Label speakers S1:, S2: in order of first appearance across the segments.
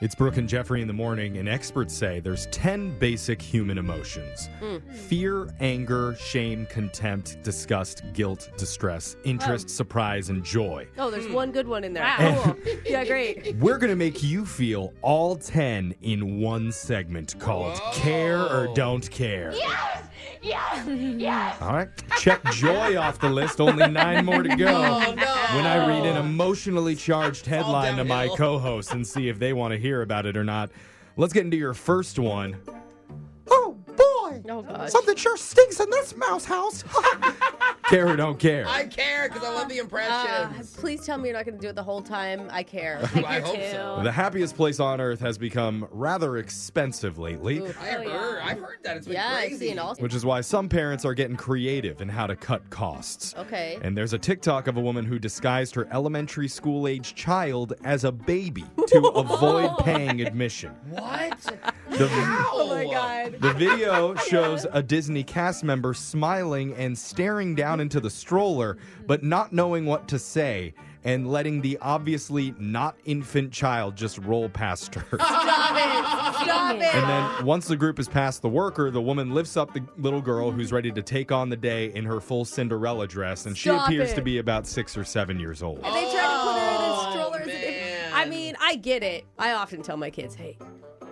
S1: It's Brooke and Jeffrey in the morning, and experts say there's 10 basic human emotions fear, anger, shame, contempt, disgust, guilt, distress, interest, surprise, and joy.
S2: Oh, there's one good one in there.
S3: Wow.
S2: Cool. yeah, great.
S1: We're going to make you feel all 10 in one segment called Care or Don't Care. Yes! Yes! Yes! All right. Check joy off the list. Only nine more to go. When I read an emotionally charged headline to my
S4: downhill.
S1: co hosts and see if they want to hear about it or not. Let's get into your first one. Oh, boy!
S2: Oh gosh.
S1: Something sure stinks in this mouse house. care or don't care?
S4: I care because I love the
S2: Uh,
S4: impressions.
S2: please tell me you're not going to do it the whole time. Ah, I care.
S4: I hope
S3: too.
S4: so.
S1: The happiest place on earth has become rather expensive lately.
S2: Ooh.
S4: I have
S3: Oh, yeah.
S4: heard. I've heard that. It's been
S2: yeah,
S4: crazy.
S2: I see it all.
S1: which is why some parents are getting creative in how to cut costs.
S2: Okay.
S1: And there's a TikTok of a woman who disguised her elementary school age child as a baby to avoid paying admission.
S4: What?
S1: The,
S4: How?
S2: Oh my god.
S1: the video shows a Disney cast member smiling and staring down into the stroller, but not knowing what to say and letting the obviously not infant child just roll past her.
S2: Stop it.
S1: And then once the group has passed the worker, the woman lifts up the little girl who's ready to take on the day in her full Cinderella dress, and
S2: Stop
S1: she appears
S2: it.
S1: to be about six or seven years old.
S2: And they tried to put her in a
S4: Oh,
S2: stroller. as a-
S4: man.
S2: I mean, I get it. I often tell my kids, hey,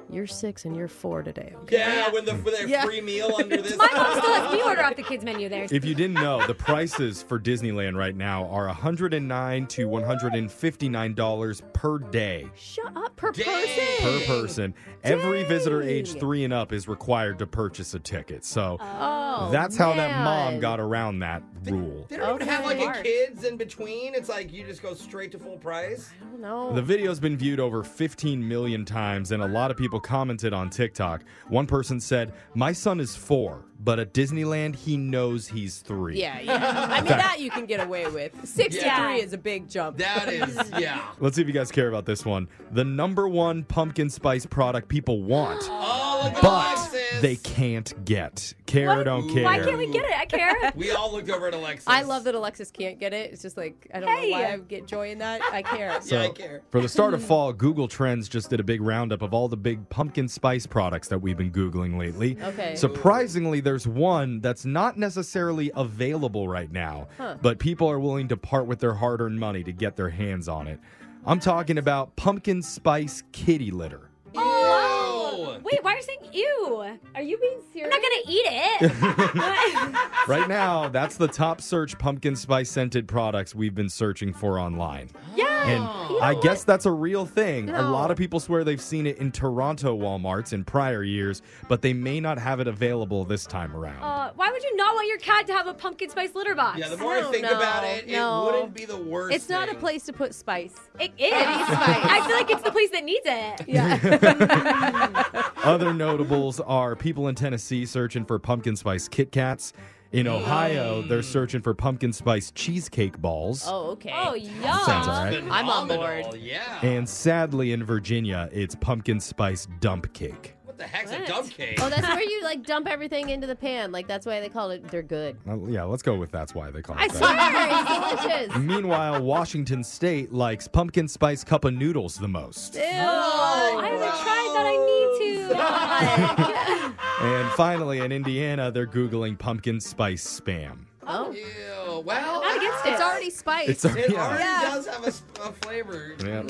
S2: you're six and you're four today. Okay?
S4: Yeah, with the with that
S2: Yeah.
S4: free meal under this.
S3: My mom still has me order off the kids menu there.
S1: If you didn't know, the prices for Disneyland right now are 109 to 159 dollars per day
S2: Shut up, per
S4: Dang.
S1: per
S2: person.
S1: person. Every visitor age
S2: Dang.
S1: three and up is required to purchase a ticket. So
S2: Oh,
S1: that's how that mom
S2: man.
S1: got around that rule.
S4: They don't even have like
S2: Okay.
S4: a kids in between. It's like you just go straight to full price.
S2: I don't know.
S1: The video's been viewed over 15 million times, and a lot of people commented on TikTok. One person said, My son is four, but at Disneyland, he knows he's three.
S2: yeah, yeah. I mean, that you can get away with. 63
S3: Yeah.
S2: is a big jump.
S4: That is, yeah.
S1: Let's see if you guys care about this one. The number one pumpkin spice product people want,
S4: Oh, look at
S1: but
S4: Alexis.
S1: they can't get. Care or
S3: What?
S1: don't care.
S3: Why can't we get it? I care.
S4: We all looked over at Alexis.
S2: I love that Alexis can't get it. It's just like, I don't
S3: Hey.
S2: know why I get joy in that. I care.
S4: Yeah, I care.
S1: For the start of fall, Google Trends just did a big roundup of all the big pumpkin spice products that we've been Googling lately.
S2: Okay.
S1: Surprisingly, there's one that's not necessarily available right now, but people are willing to part with their hard earned money to get their hands on it. I'm talking about pumpkin spice kitty litter.
S4: Oh,
S3: Wait, why are you saying ew? Are you being serious? I'm not gonna eat it.
S1: Right now, that's the top search pumpkin spice scented products we've been searching for online.
S3: yeah.
S1: And I guess that's a real thing. A
S2: No.
S1: lot of people swear they've seen it in Toronto Walmarts in prior years, but they may not have it available this time around.
S3: Uh, why would you not want your cat to have a pumpkin spice litter box?
S4: Yeah, the more I
S2: don't
S4: think
S2: know.
S4: about it,
S2: No.
S4: it wouldn't be the worst.
S2: It's not a
S4: thing.
S2: place to put spice.
S3: it is. I feel like it's the place that needs it.
S2: Yeah. Oh.
S1: Other notables are people in Tennessee searching for pumpkin spice Kit Kats. In Ohio, they're searching for pumpkin spice cheesecake balls.
S2: oh, okay.
S3: Oh, yum.
S1: Sounds all right.
S2: I'm on
S4: Phenomenal,
S2: board.
S4: Yeah.
S1: And sadly, in Virginia, it's pumpkin spice dump cake.
S4: what the heck's a
S3: What?
S4: dump cake?
S2: Oh, that's where you like dump everything into the pan. Like that's why they call it. They're good.
S1: Uh, yeah, let's go with that's why they call
S2: I
S1: it that.
S2: swear, it's delicious.
S1: Meanwhile, Washington State likes pumpkin spice cup of noodles the most.
S2: Ew.
S3: Oh, I haven't tried that. I need to.
S1: And finally, in Indiana, they're Googling pumpkin spice spam.
S2: Oh,
S4: Ew. Well,
S3: Not against
S2: it's already spiced.
S1: It's
S4: It
S1: yeah.
S4: already
S2: Yeah.
S4: does have a, s- a flavor.
S1: Yeah.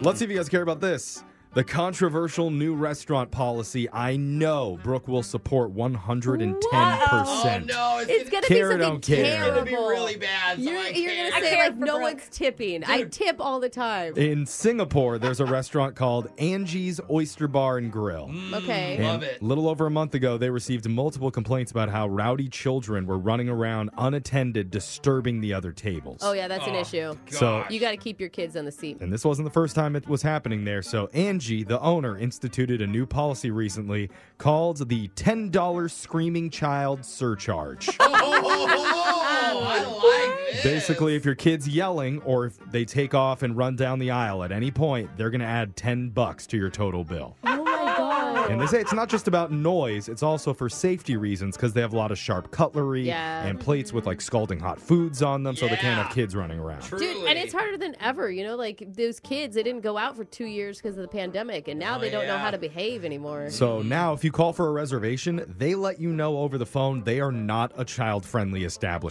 S1: Let's see if you guys care about this. The controversial new restaurant policy I know Brooke will support 110%.
S4: Oh no, it's,
S2: It's
S4: gonna,
S2: gonna
S1: Care or
S2: be something
S1: don't care.
S2: terrible.
S1: It's
S4: be really bad. so
S2: You're,
S4: I
S2: you're
S4: can't.
S2: gonna
S3: I
S2: say
S3: care
S2: like
S3: for
S2: no
S3: Brooke.
S2: one's tipping. I tip all the time.
S1: In Singapore, there's a restaurant called Angie's Oyster Bar and Grill.
S2: okay.
S1: And
S4: Mm, Love it.
S1: A little over a month ago, they received multiple complaints about how rowdy children were running around unattended, disturbing the other tables.
S2: Oh yeah, that's an
S4: Oh,
S2: issue.
S1: So-
S4: gosh.
S2: You got to keep your kids on the seat.
S1: And this wasn't the first time it was happening there. So Angie, the owner, instituted a new policy recently called the $10 Screaming Child Surcharge.
S4: Oh, I like this.
S1: Basically, if your kid's yelling or if they take off and run down the aisle at any point, they're going to add 10 bucks to your total bill.
S2: Oh my god.
S1: And they say it's not just about noise, it's also for safety reasons because they have a lot of sharp cutlery
S2: Yeah.
S1: and plates with like scalding hot foods on them, so they can't have kids running around.
S2: Dude, and it's harder than ever. You know, like those kids, they didn't go out for two years because of the pandemic, and now
S1: Oh,
S2: they don't know
S1: yeah.
S2: how to behave anymore.
S1: So now, if you call for a reservation, they let you know over the phone they are not a child friendly establishment.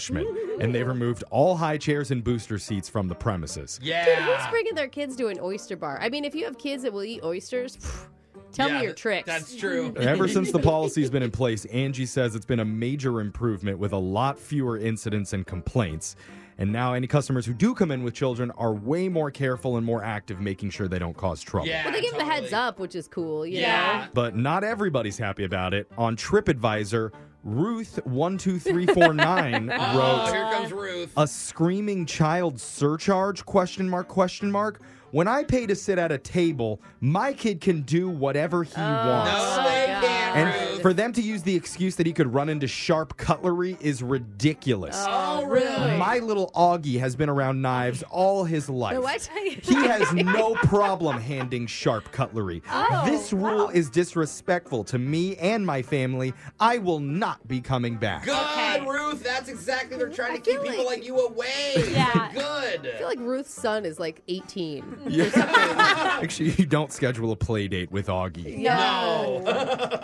S1: and they've removed all high chairs and booster seats from the premises.
S2: Dude, who's bringing their kids to an oyster bar? I mean, if you have kids that will eat oysters, pff, tell
S4: Yeah,
S2: me your
S4: th-
S2: tricks.
S4: that's true.
S1: Ever since the policy's been in place, Angie says it's been a major improvement with a lot fewer incidents and complaints. And now, any customers who do come in with children are way more careful and more active, making sure they don't cause trouble.
S2: well, they give them a heads up, which is cool. You
S1: Yeah. But not everybody's happy about it. On TripAdvisor, Ruth12349
S4: Oh,
S1: wrote
S4: here comes Ruth.
S1: a screaming child surcharge question mark question mark when i pay to sit at a table my kid can do whatever he wants
S4: Oh. No, they can't, Ruth.
S1: and for them to use the excuse that he could run into sharp cutlery is ridiculous
S4: Oh, really?
S1: my little augie has been around knives all his life
S2: know? What?
S1: he has no problem handing sharp cutlery.
S2: Oh,
S1: this rule is disrespectful to me and my family. I will not be coming back.
S4: Good, Ruth. That's exactly they're trying to keep people like you away. Good.
S2: I feel like Ruth's son is like 18.
S1: Make sure you don't schedule a play date with Augie.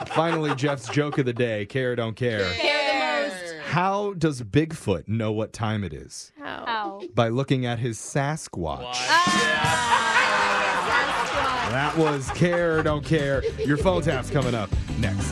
S1: Finally, Jeff's joke of the day care, don't care.
S3: Care the most.
S1: How does Bigfoot know what time it is?
S2: How?
S1: By looking at his Sasquatch.
S2: Ah.
S1: That was care, don't care. Your phone tap's coming up next.